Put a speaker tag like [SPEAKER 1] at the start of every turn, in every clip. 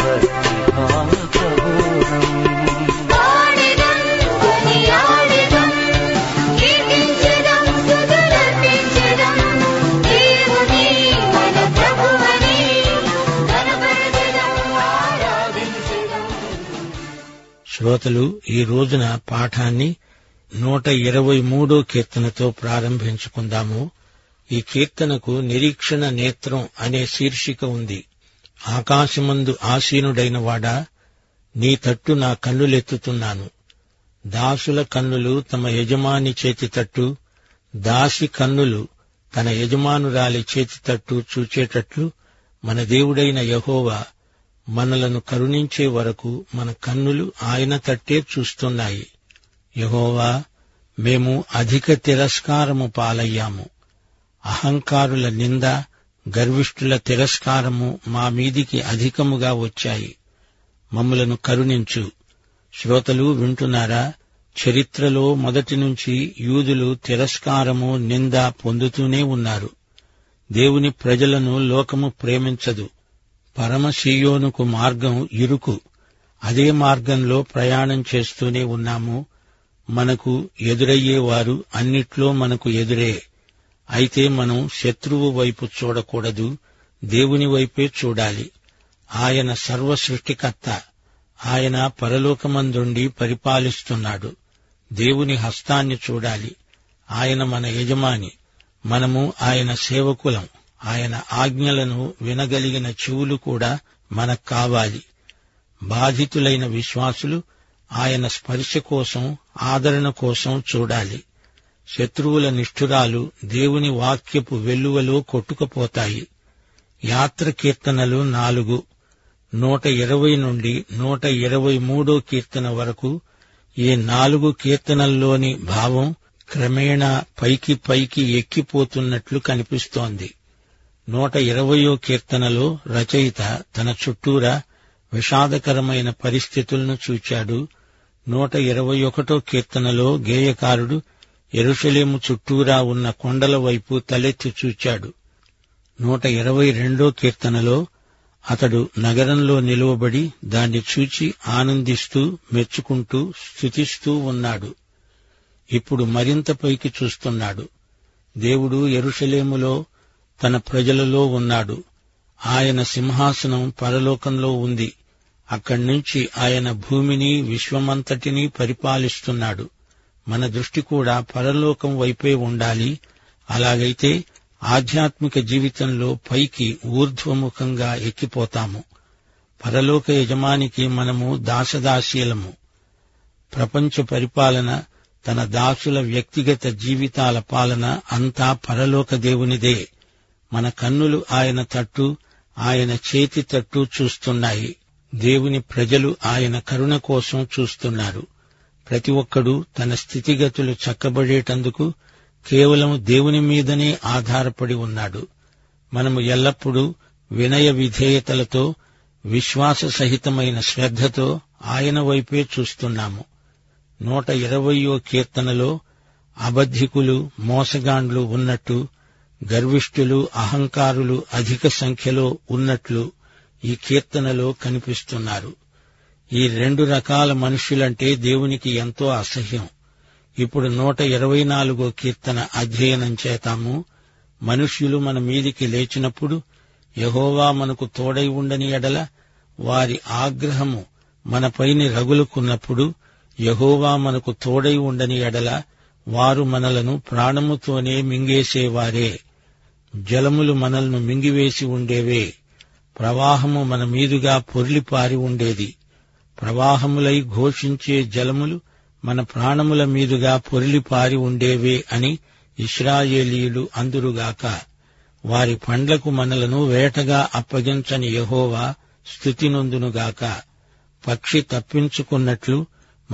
[SPEAKER 1] భక్తిభావబోధం
[SPEAKER 2] శ్రోతలు ఈ రోజున పాఠాన్ని నూట ఇరవై మూడో కీర్తనతో ప్రారంభించుకుందాము ఈ కీర్తనకు నిరీక్షణ నేత్రం అనే శీర్షిక ఉంది ఆకాశమందు ఆసీనుడైన వాడా నీ తట్టు నా కన్నులెత్తుతున్నాను దాసుల కన్నులు తమ యజమాని చేతి తట్టు దాసి కన్నులు తన యజమానురాలి చేతి తట్టు చూచేటట్లు మన దేవుడైన యహోవా మనలను కరుణించే వరకు మన కన్నులు ఆయన తట్టే చూస్తున్నాయి యహోవా మేము అధిక తిరస్కారము పాలయ్యాము అహంకారుల నింద గర్విష్ఠుల తిరస్కారము మా మీదికి అధికముగా వచ్చాయి మమ్మలను కరుణించు శ్రోతలు వింటున్నారా చరిత్రలో మొదటి నుంచి యూదులు తిరస్కారము నింద పొందుతూనే ఉన్నారు దేవుని ప్రజలను లోకము ప్రేమించదు పరమశీయోనుకు మార్గం ఇరుకు అదే మార్గంలో ప్రయాణం చేస్తూనే ఉన్నాము మనకు ఎదురయ్యేవారు అన్నిట్లో మనకు ఎదురే అయితే మనం శత్రువు వైపు చూడకూడదు దేవుని వైపే చూడాలి ఆయన సర్వ సృష్టికర్త ఆయన పరలోకమందుండి పరిపాలిస్తున్నాడు దేవుని హస్తాన్ని చూడాలి ఆయన మన యజమాని మనము ఆయన సేవకులం ఆయన ఆజ్ఞలను వినగలిగిన చెవులు కూడా మనకు కావాలి బాధితులైన విశ్వాసులు ఆయన స్పర్శ కోసం ఆదరణ కోసం చూడాలి శత్రువుల నిష్ఠురాలు దేవుని వాక్యపు వెల్లువలో కొట్టుకుపోతాయి యాత్ర కీర్తనలు నాలుగు నూట ఇరవై నుండి నూట ఇరవై మూడో కీర్తన వరకు ఈ నాలుగు కీర్తనల్లోని భావం క్రమేణా పైకి పైకి ఎక్కిపోతున్నట్లు కనిపిస్తోంది నూట ఇరవయో కీర్తనలో రచయిత తన చుట్టూరా విషాదకరమైన పరిస్థితులను చూచాడు నూట ఇరవై ఒకటో కీర్తనలో గేయకారుడు ఎరుషలేము చుట్టూరా ఉన్న కొండల వైపు తలెత్తి చూచాడు నూట ఇరవై రెండో కీర్తనలో అతడు నగరంలో నిలువబడి దాన్ని చూచి ఆనందిస్తూ మెచ్చుకుంటూ స్థుతిస్తూ ఉన్నాడు ఇప్పుడు మరింత పైకి చూస్తున్నాడు దేవుడు ఎరుషలేములో తన ప్రజలలో ఉన్నాడు ఆయన సింహాసనం పరలోకంలో ఉంది అక్కడి నుంచి ఆయన భూమిని విశ్వమంతటినీ పరిపాలిస్తున్నాడు మన దృష్టి కూడా పరలోకం వైపే ఉండాలి అలాగైతే ఆధ్యాత్మిక జీవితంలో పైకి ఊర్ధ్వముఖంగా ఎక్కిపోతాము పరలోక యజమానికి మనము దాసదాశీలము ప్రపంచ పరిపాలన తన దాసుల వ్యక్తిగత జీవితాల పాలన అంతా పరలోక దేవునిదే మన కన్నులు ఆయన తట్టు ఆయన చేతి తట్టు చూస్తున్నాయి దేవుని ప్రజలు ఆయన కరుణ కోసం చూస్తున్నారు ప్రతి ఒక్కడూ తన స్థితిగతులు చక్కబడేటందుకు కేవలం దేవుని మీదనే ఆధారపడి ఉన్నాడు మనము ఎల్లప్పుడూ వినయ విధేయతలతో విశ్వాస సహితమైన శ్రద్ధతో ఆయన వైపే చూస్తున్నాము నూట ఇరవయో కీర్తనలో అబద్ధికులు మోసగాండ్లు ఉన్నట్టు గర్విష్ఠులు అహంకారులు అధిక సంఖ్యలో ఉన్నట్లు ఈ కీర్తనలో కనిపిస్తున్నారు ఈ రెండు రకాల మనుష్యులంటే దేవునికి ఎంతో అసహ్యం ఇప్పుడు నూట ఇరవై నాలుగో కీర్తన అధ్యయనం చేతాము మనుష్యులు మన మీదికి లేచినప్పుడు యహోవా మనకు తోడై ఉండని ఎడల వారి ఆగ్రహము మనపైని రగులుకున్నప్పుడు యహోవా మనకు తోడై ఉండని ఎడల వారు మనలను ప్రాణముతోనే మింగేసేవారే జలములు మనల్ని మింగివేసి ఉండేవే ప్రవాహము మన మీదుగా పొర్లిపారి ఉండేది ప్రవాహములై ఘోషించే జలములు మన ప్రాణముల మీదుగా పొర్లిపారి ఉండేవే అని ఇస్రాయేలీయులు అందురుగాక వారి పండ్లకు మనలను వేటగా అప్పగించని యహోవా స్థుతినొందునుగాక పక్షి తప్పించుకున్నట్లు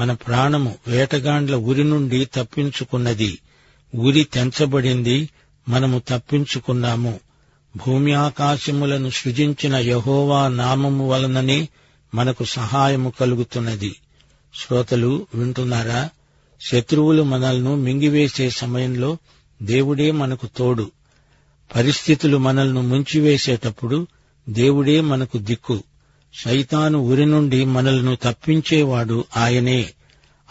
[SPEAKER 2] మన ప్రాణము వేటగాండ్ల ఉరి నుండి తప్పించుకున్నది ఉరి తెంచబడింది మనము తప్పించుకున్నాము భూమి ఆకాశములను సృజించిన యహోవా నామము వలననే మనకు సహాయము కలుగుతున్నది శ్రోతలు వింటున్నారా శత్రువులు మనల్ని మింగివేసే సమయంలో దేవుడే మనకు తోడు పరిస్థితులు మనల్ని ముంచివేసేటప్పుడు దేవుడే మనకు దిక్కు సైతాను ఉరి నుండి మనల్ని తప్పించేవాడు ఆయనే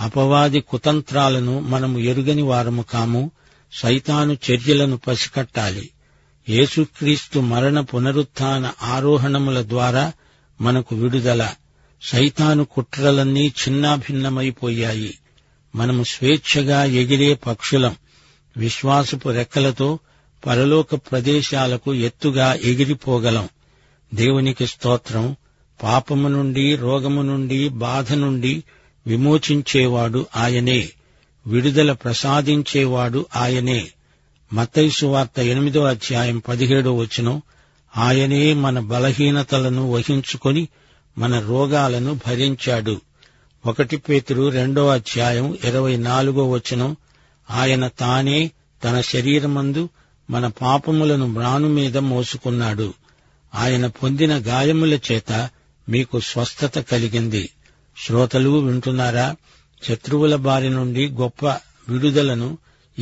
[SPEAKER 2] అపవాది కుతంత్రాలను మనము ఎరుగని వారము కాము సైతాను చర్యలను పసికట్టాలి యేసుక్రీస్తు మరణ పునరుత్థాన ఆరోహణముల ద్వారా మనకు విడుదల సైతాను కుట్రలన్నీ చిన్నాభిన్నమైపోయాయి మనము స్వేచ్ఛగా ఎగిరే పక్షులం విశ్వాసపు రెక్కలతో పరలోక ప్రదేశాలకు ఎత్తుగా ఎగిరిపోగలం దేవునికి స్తోత్రం పాపము నుండి రోగము నుండి బాధ నుండి విమోచించేవాడు ఆయనే విడుదల ప్రసాదించేవాడు ఆయనే మత్తయి వార్త ఎనిమిదో అధ్యాయం పదిహేడో వచనం ఆయనే మన బలహీనతలను వహించుకొని మన రోగాలను భరించాడు ఒకటి పేతురు రెండో అధ్యాయం ఇరవై నాలుగో వచనం ఆయన తానే తన శరీరమందు మన పాపములను మ్రాను మీద మోసుకున్నాడు ఆయన పొందిన గాయముల చేత మీకు స్వస్థత కలిగింది శ్రోతలు వింటున్నారా శత్రువుల బారి నుండి గొప్ప విడుదలను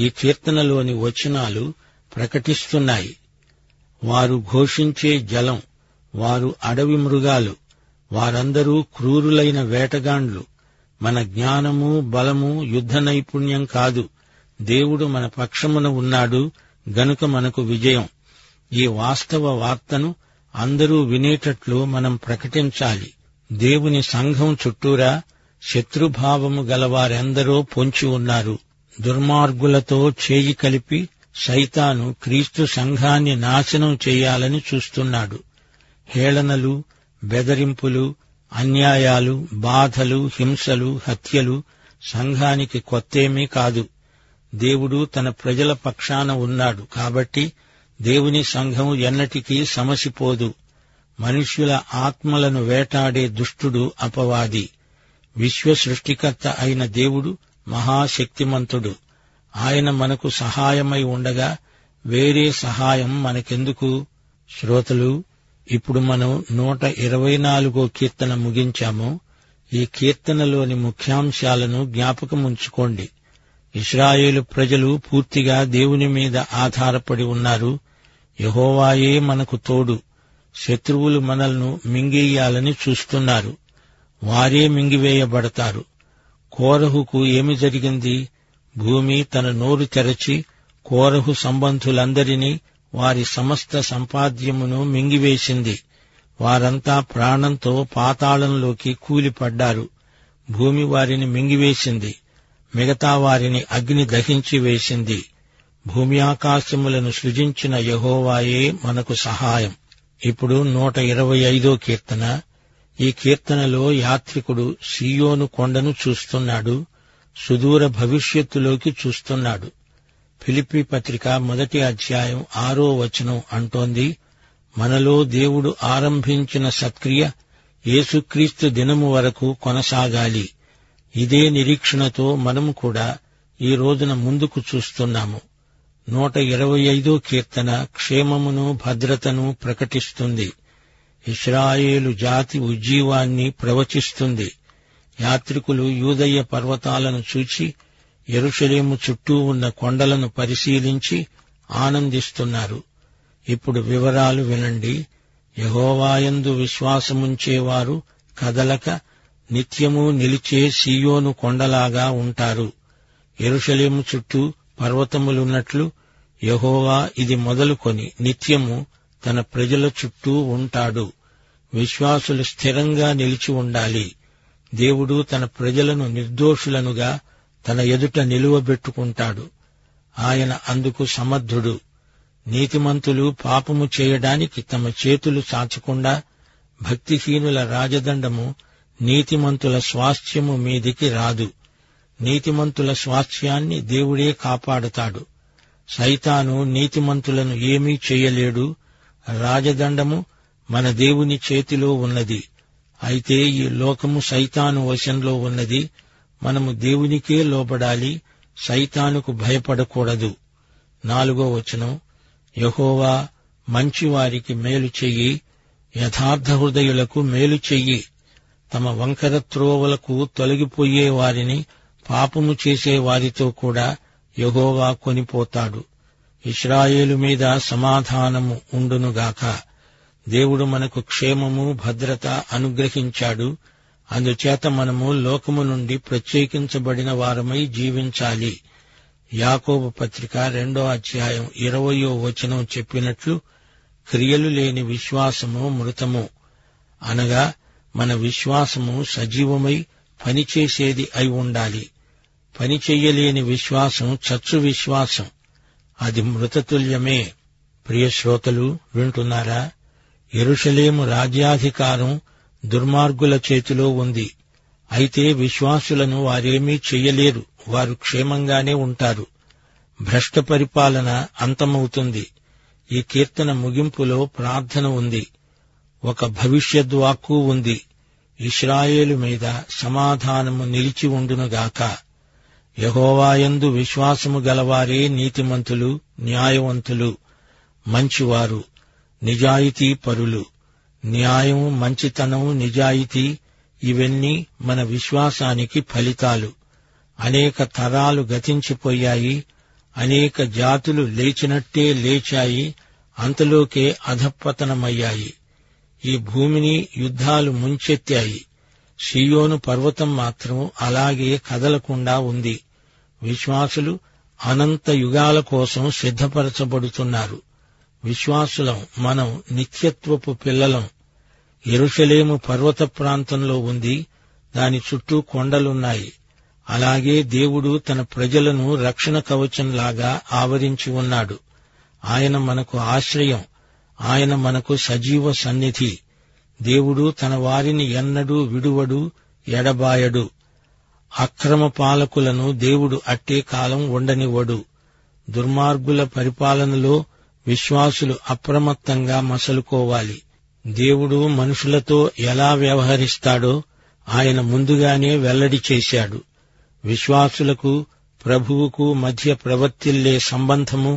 [SPEAKER 2] ఈ కీర్తనలోని వచనాలు ప్రకటిస్తున్నాయి వారు ఘోషించే జలం వారు అడవి మృగాలు వారందరూ క్రూరులైన వేటగాండ్లు మన జ్ఞానము బలము యుద్ధ నైపుణ్యం కాదు దేవుడు మన పక్షమున ఉన్నాడు గనుక మనకు విజయం ఈ వాస్తవ వార్తను అందరూ వినేటట్లు మనం ప్రకటించాలి దేవుని సంఘం చుట్టూరా శత్రుభావము గలవారెందరో పొంచి ఉన్నారు దుర్మార్గులతో చేయి కలిపి సైతాను క్రీస్తు సంఘాన్ని నాశనం చేయాలని చూస్తున్నాడు హేళనలు బెదిరింపులు అన్యాయాలు బాధలు హింసలు హత్యలు సంఘానికి కొత్తేమీ కాదు దేవుడు తన ప్రజల పక్షాన ఉన్నాడు కాబట్టి దేవుని సంఘం ఎన్నటికీ సమసిపోదు మనుష్యుల ఆత్మలను వేటాడే దుష్టుడు అపవాది విశ్వ సృష్టికర్త అయిన దేవుడు మహాశక్తిమంతుడు ఆయన మనకు సహాయమై ఉండగా వేరే సహాయం మనకెందుకు శ్రోతలు ఇప్పుడు మనం నూట ఇరవై నాలుగో కీర్తన ముగించాము ఈ కీర్తనలోని ముఖ్యాంశాలను జ్ఞాపకం ఉంచుకోండి ఇస్రాయేలు ప్రజలు పూర్తిగా దేవుని మీద ఆధారపడి ఉన్నారు యహోవాయే మనకు తోడు శత్రువులు మనల్ని మింగేయాలని చూస్తున్నారు వారే మింగివేయబడతారు కోరహుకు ఏమి జరిగింది భూమి తన నోరు తెరచి కోరహు సంబంధులందరినీ వారి సమస్త సంపాద్యమును మింగివేసింది వారంతా ప్రాణంతో పాతాళంలోకి కూలిపడ్డారు భూమి వారిని మింగివేసింది మిగతా వారిని అగ్ని దహించి వేసింది భూమి ఆకాశములను సృజించిన యహోవాయే మనకు సహాయం ఇప్పుడు నూట ఇరవై ఐదో కీర్తన ఈ కీర్తనలో యాత్రికుడు సియోను కొండను చూస్తున్నాడు సుదూర భవిష్యత్తులోకి చూస్తున్నాడు ఫిలిప్పి పత్రిక మొదటి అధ్యాయం ఆరో వచనం అంటోంది మనలో దేవుడు ఆరంభించిన సత్క్రియ యేసుక్రీస్తు దినము వరకు కొనసాగాలి ఇదే నిరీక్షణతో మనము కూడా ఈ రోజున ముందుకు చూస్తున్నాము నూట ఇరవై ఐదో కీర్తన క్షేమమును భద్రతను ప్రకటిస్తుంది ఇస్రాయేలు జాతి ఉజ్జీవాన్ని ప్రవచిస్తుంది యాత్రికులు యూదయ్య పర్వతాలను చూచి యెరూషలేము చుట్టూ ఉన్న కొండలను పరిశీలించి ఆనందిస్తున్నారు ఇప్పుడు వివరాలు వినండి యహోవాయందు విశ్వాసముంచేవారు కదలక నిత్యము నిలిచే సియోను కొండలాగా ఉంటారు యెరూషలేము చుట్టూ పర్వతములున్నట్లు యహోవా ఇది మొదలుకొని నిత్యము తన ప్రజల చుట్టూ ఉంటాడు విశ్వాసులు స్థిరంగా నిలిచి ఉండాలి దేవుడు తన ప్రజలను నిర్దోషులనుగా తన ఎదుట నిలువబెట్టుకుంటాడు ఆయన అందుకు సమర్థుడు నీతిమంతులు పాపము చేయడానికి తమ చేతులు చాచకుండా భక్తిహీనుల రాజదండము నీతిమంతుల స్వాస్థ్యము మీదికి రాదు నీతిమంతుల స్వాస్థ్యాన్ని దేవుడే కాపాడుతాడు సైతాను నీతిమంతులను ఏమీ చేయలేడు రాజదండము మన దేవుని చేతిలో ఉన్నది అయితే ఈ లోకము సైతాను వశంలో ఉన్నది మనము దేవునికే లోబడాలి సైతానుకు భయపడకూడదు నాలుగో వచనం యహోవా మంచివారికి మేలు చెయ్యి యథార్థ హృదయులకు మేలు చెయ్యి తమ వంకర త్రోవలకు తొలగిపోయే వారిని పాపము చేసే వారితో కూడా యెహోవా కొనిపోతాడు ఇస్రాయేలు మీద సమాధానము ఉండునుగాక దేవుడు మనకు క్షేమము భద్రత అనుగ్రహించాడు అందుచేత మనము లోకము నుండి ప్రత్యేకించబడిన వారమై జీవించాలి యాకోబు పత్రిక రెండో అధ్యాయం ఇరవయో వచనం చెప్పినట్లు క్రియలు లేని విశ్వాసము మృతము అనగా మన విశ్వాసము సజీవమై పనిచేసేది అయి ఉండాలి పని చెయ్యలేని విశ్వాసం చచ్చు విశ్వాసం అది మృతతుల్యమే ప్రియ శ్రోతలు వింటున్నారా ఎరుషలేము రాజ్యాధికారం దుర్మార్గుల చేతిలో ఉంది అయితే విశ్వాసులను వారేమీ చెయ్యలేరు వారు క్షేమంగానే ఉంటారు భ్రష్ట పరిపాలన అంతమవుతుంది ఈ కీర్తన ముగింపులో ప్రార్థన ఉంది ఒక భవిష్యద్వాక్కు ఉంది ఇస్రాయేలు మీద సమాధానము నిలిచి ఉండునుగాక యహోవాయందు విశ్వాసము గలవారే నీతిమంతులు న్యాయవంతులు మంచివారు నిజాయితీ పరులు న్యాయం మంచితనం నిజాయితీ ఇవన్నీ మన విశ్వాసానికి ఫలితాలు అనేక తరాలు గతించిపోయాయి అనేక జాతులు లేచినట్టే లేచాయి అంతలోకే అధపతనమయ్యాయి ఈ భూమిని యుద్ధాలు ముంచెత్తాయి సియోను పర్వతం మాత్రం అలాగే కదలకుండా ఉంది విశ్వాసులు అనంత యుగాల కోసం సిద్ధపరచబడుతున్నారు విశ్వాసులం మనం నిత్యత్వపు పిల్లలం ఎరుషలేము పర్వత ప్రాంతంలో ఉంది దాని చుట్టూ కొండలున్నాయి అలాగే దేవుడు తన ప్రజలను రక్షణ కవచంలాగా ఆవరించి ఉన్నాడు ఆయన మనకు ఆశ్రయం ఆయన మనకు సజీవ సన్నిధి దేవుడు తన వారిని ఎన్నడూ విడువడు ఎడబాయడు అక్రమ పాలకులను దేవుడు అట్టే కాలం ఉండనివ్వడు దుర్మార్గుల పరిపాలనలో విశ్వాసులు అప్రమత్తంగా మసలుకోవాలి దేవుడు మనుషులతో ఎలా వ్యవహరిస్తాడో ఆయన ముందుగానే వెల్లడి చేశాడు విశ్వాసులకు ప్రభువుకు మధ్య ప్రవర్తిల్లే సంబంధము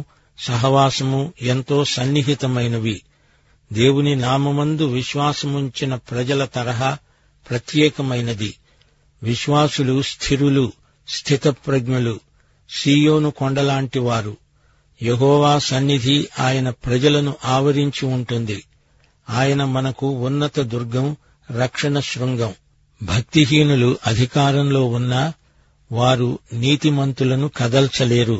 [SPEAKER 2] సహవాసము ఎంతో సన్నిహితమైనవి దేవుని నామమందు విశ్వాసముంచిన ప్రజల తరహా ప్రత్యేకమైనది విశ్వాసులు స్థిరులు స్థితప్రజ్ఞులు సీయోను కొండలాంటి వారు యహోవా సన్నిధి ఆయన ప్రజలను ఆవరించి ఉంటుంది ఆయన మనకు ఉన్నత దుర్గం రక్షణ శృంగం భక్తిహీనులు అధికారంలో ఉన్నా వారు నీతిమంతులను కదల్చలేరు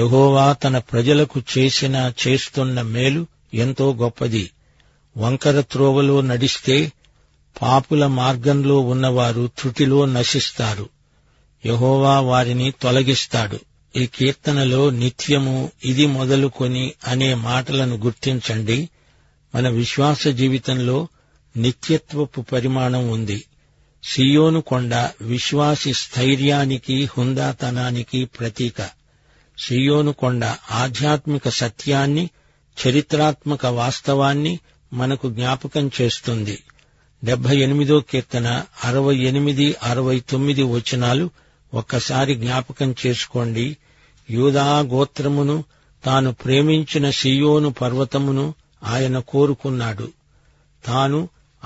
[SPEAKER 2] యహోవా తన ప్రజలకు చేసిన చేస్తున్న మేలు ఎంతో గొప్పది వంకర త్రోవలో నడిస్తే పాపుల మార్గంలో ఉన్నవారు త్రుటిలో నశిస్తారు యహోవా వారిని తొలగిస్తాడు ఈ కీర్తనలో నిత్యము ఇది మొదలుకొని అనే మాటలను గుర్తించండి మన విశ్వాస జీవితంలో నిత్యత్వపు పరిమాణం ఉంది సియోను కొండ విశ్వాసి స్థైర్యానికి హుందాతనానికి ప్రతీక సియోను కొండ ఆధ్యాత్మిక సత్యాన్ని చరిత్రాత్మక వాస్తవాన్ని మనకు జ్ఞాపకం చేస్తుంది డెబ్బై ఎనిమిదో కీర్తన అరవై ఎనిమిది అరవై తొమ్మిది వచనాలు ఒక్కసారి జ్ఞాపకం చేసుకోండి యూదా గోత్రమును తాను ప్రేమించిన సియోను పర్వతమును ఆయన కోరుకున్నాడు తాను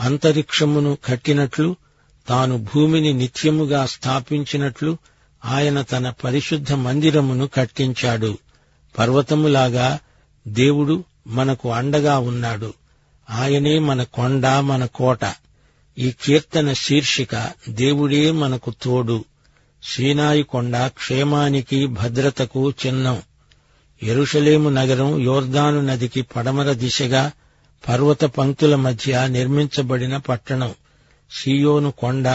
[SPEAKER 2] అంతరిక్షమును కట్టినట్లు తాను భూమిని నిత్యముగా స్థాపించినట్లు ఆయన తన పరిశుద్ధ మందిరమును కట్టించాడు పర్వతములాగా దేవుడు మనకు అండగా ఉన్నాడు ఆయనే మన కొండ మన కోట ఈ కీర్తన శీర్షిక దేవుడే మనకు తోడు సీనాయి కొండ క్షేమానికి భద్రతకు చిహ్నం ఎరుషలేము నగరం యోర్దాను నదికి పడమర దిశగా పర్వత పంక్తుల మధ్య నిర్మించబడిన పట్టణం సియోను కొండ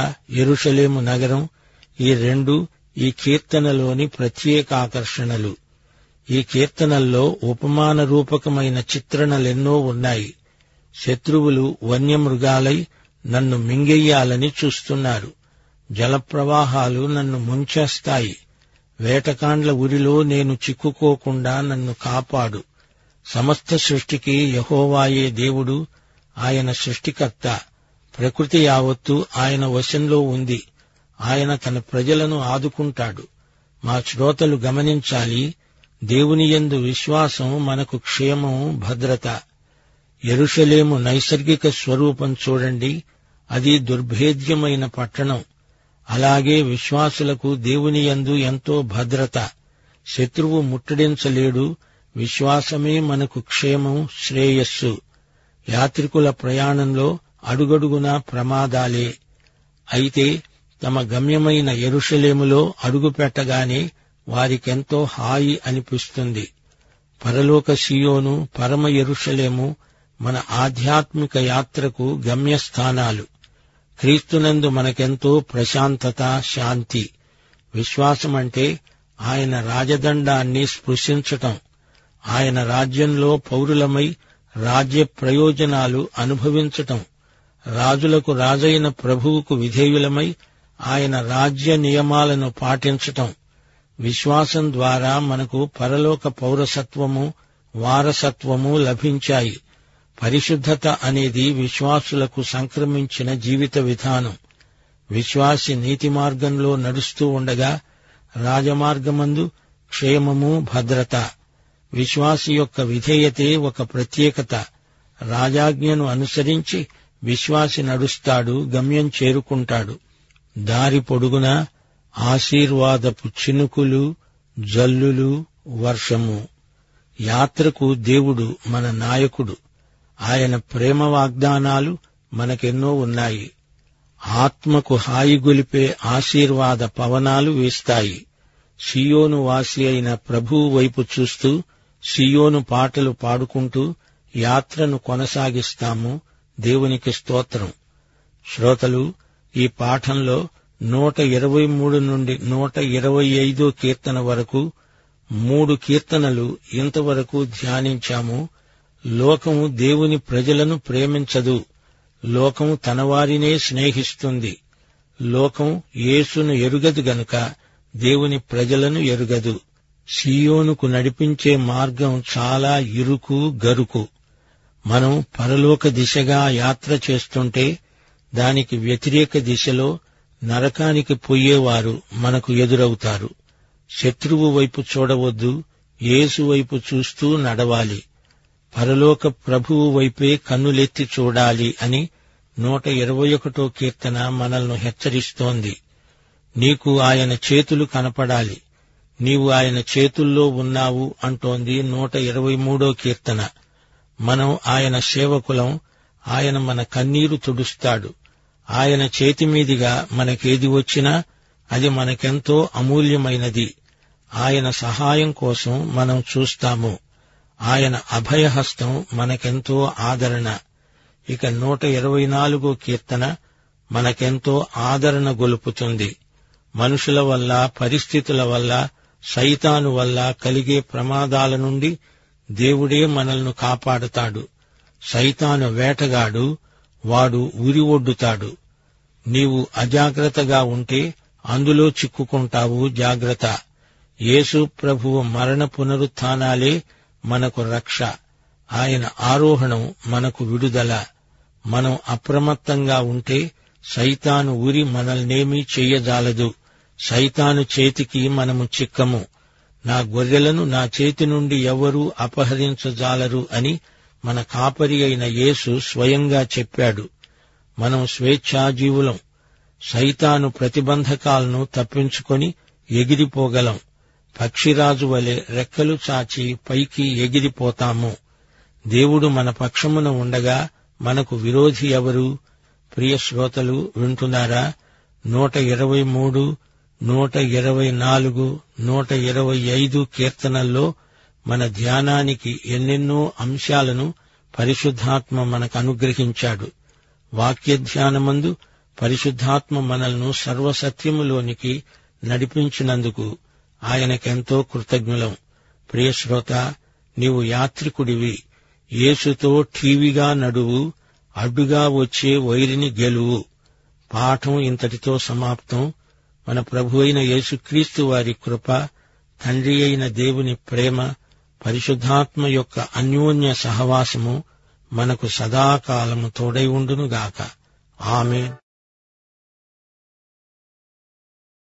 [SPEAKER 2] ఎరుషలేము నగరం ఈ రెండు ఈ కీర్తనలోని ప్రత్యేక ఆకర్షణలు ఈ కీర్తనల్లో ఉపమాన రూపకమైన చిత్రణలెన్నో ఉన్నాయి శత్రువులు వన్యమృగాలై నన్ను మింగెయ్యాలని చూస్తున్నారు జలప్రవాహాలు నన్ను ముంచేస్తాయి వేటకాండ్ల ఉరిలో నేను చిక్కుకోకుండా నన్ను కాపాడు సమస్త సృష్టికి యహోవాయే దేవుడు ఆయన సృష్టికర్త ప్రకృతి యావత్తు ఆయన వశంలో ఉంది ఆయన తన ప్రజలను ఆదుకుంటాడు మా శ్రోతలు గమనించాలి దేవుని యందు విశ్వాసం మనకు క్షేమం భద్రత ఎరుషలేము నైసర్గిక స్వరూపం చూడండి అది దుర్భేద్యమైన పట్టణం అలాగే విశ్వాసులకు దేవుని యందు ఎంతో భద్రత శత్రువు ముట్టడించలేడు విశ్వాసమే మనకు క్షేమం శ్రేయస్సు యాత్రికుల ప్రయాణంలో అడుగడుగునా ప్రమాదాలే అయితే తమ గమ్యమైన ఎరుషలేములో అడుగుపెట్టగానే వారికెంతో హాయి అనిపిస్తుంది పరలోక సియోను పరమ ఎరుషలేము మన ఆధ్యాత్మిక యాత్రకు గమ్యస్థానాలు క్రీస్తునందు మనకెంతో ప్రశాంతత శాంతి విశ్వాసమంటే ఆయన రాజదండాన్ని స్పృశించటం ఆయన రాజ్యంలో పౌరులమై రాజ్య ప్రయోజనాలు అనుభవించటం రాజులకు రాజైన ప్రభువుకు విధేయులమై ఆయన రాజ్య నియమాలను పాటించటం విశ్వాసం ద్వారా మనకు పరలోక పౌరసత్వము వారసత్వము లభించాయి పరిశుద్ధత అనేది విశ్వాసులకు సంక్రమించిన జీవిత విధానం విశ్వాసి నీతి మార్గంలో నడుస్తూ ఉండగా రాజమార్గమందు క్షేమము భద్రత విశ్వాసి యొక్క విధేయతే ఒక ప్రత్యేకత రాజాజ్ఞను అనుసరించి విశ్వాసి నడుస్తాడు గమ్యం చేరుకుంటాడు దారి పొడుగున ఆశీర్వాదపు చినుకులు జల్లులు వర్షము యాత్రకు దేవుడు మన నాయకుడు ఆయన ప్రేమ వాగ్దానాలు మనకెన్నో ఉన్నాయి ఆత్మకు హాయిగొలిపే ఆశీర్వాద పవనాలు వీస్తాయి సియోను వాసి అయిన ప్రభువు వైపు చూస్తూ సియోను పాటలు పాడుకుంటూ యాత్రను కొనసాగిస్తాము దేవునికి స్తోత్రం శ్రోతలు ఈ పాఠంలో నూట ఇరవై మూడు నుండి నూట ఇరవై ఐదో కీర్తన వరకు మూడు కీర్తనలు ఇంతవరకు ధ్యానించాము లోకము దేవుని ప్రజలను ప్రేమించదు లోకం తనవారినే స్నేహిస్తుంది లోకం యేసును ఎరుగదు గనుక దేవుని ప్రజలను ఎరుగదు సియోనుకు నడిపించే మార్గం చాలా ఇరుకు గరుకు మనం పరలోక దిశగా యాత్ర చేస్తుంటే దానికి వ్యతిరేక దిశలో నరకానికి పోయేవారు మనకు ఎదురవుతారు శత్రువు వైపు చూడవద్దు యేసు వైపు చూస్తూ నడవాలి పరలోక ప్రభువు వైపే కన్నులెత్తి చూడాలి అని నూట ఇరవై ఒకటో కీర్తన మనల్ని హెచ్చరిస్తోంది నీకు ఆయన చేతులు కనపడాలి నీవు ఆయన చేతుల్లో ఉన్నావు అంటోంది నూట ఇరవై మూడో కీర్తన మనం ఆయన సేవకులం ఆయన మన కన్నీరు తుడుస్తాడు ఆయన చేతి మీదిగా మనకేది వచ్చినా అది మనకెంతో అమూల్యమైనది ఆయన సహాయం కోసం మనం చూస్తాము ఆయన అభయహస్తం మనకెంతో ఆదరణ ఇక నూట ఇరవై నాలుగో కీర్తన మనకెంతో ఆదరణ గొలుపుతుంది మనుషుల వల్ల పరిస్థితుల వల్ల సైతాను వల్ల కలిగే ప్రమాదాల నుండి దేవుడే మనల్ని కాపాడుతాడు సైతాను వేటగాడు వాడు ఉరి ఒడ్డుతాడు నీవు అజాగ్రత్తగా ఉంటే అందులో చిక్కుకుంటావు జాగ్రత్త యేసు ప్రభువు మరణ పునరుత్థానాలే మనకు రక్ష ఆయన ఆరోహణం మనకు విడుదల మనం అప్రమత్తంగా ఉంటే సైతాను ఉరి మనల్నేమీ చెయ్యజాలదు సైతాను చేతికి మనము చిక్కము నా గొర్రెలను నా చేతి నుండి ఎవరూ అపహరించజాలరు అని మన కాపరి అయిన యేసు స్వయంగా చెప్పాడు మనం స్వేచ్ఛాజీవులం సైతాను ప్రతిబంధకాలను తప్పించుకొని ఎగిరిపోగలం పక్షిరాజు వలె రెక్కలు చాచి పైకి ఎగిరిపోతాము దేవుడు మన పక్షమున ఉండగా మనకు విరోధి ఎవరు ప్రియ శ్రోతలు వింటున్నారా నూట ఇరవై మూడు నూట ఇరవై నాలుగు నూట ఇరవై ఐదు కీర్తనల్లో మన ధ్యానానికి ఎన్నెన్నో అంశాలను పరిశుద్ధాత్మ మనకు అనుగ్రహించాడు వాక్య ధ్యానమందు పరిశుద్ధాత్మ మనల్ని సర్వసత్యములోనికి నడిపించినందుకు ఆయనకెంతో కృతజ్ఞులం ప్రియశ్రోత నీవు యాత్రికుడివి యేసుతో ఠీవిగా నడువు అడ్డుగా వచ్చే వైరిని గెలువు పాఠం ఇంతటితో సమాప్తం మన ప్రభు అయిన యేసుక్రీస్తు వారి కృప తండ్రి అయిన దేవుని ప్రేమ పరిశుద్ధాత్మ యొక్క అన్యోన్య సహవాసము మనకు సదాకాలము తోడై ఉండునుగాక ఆమె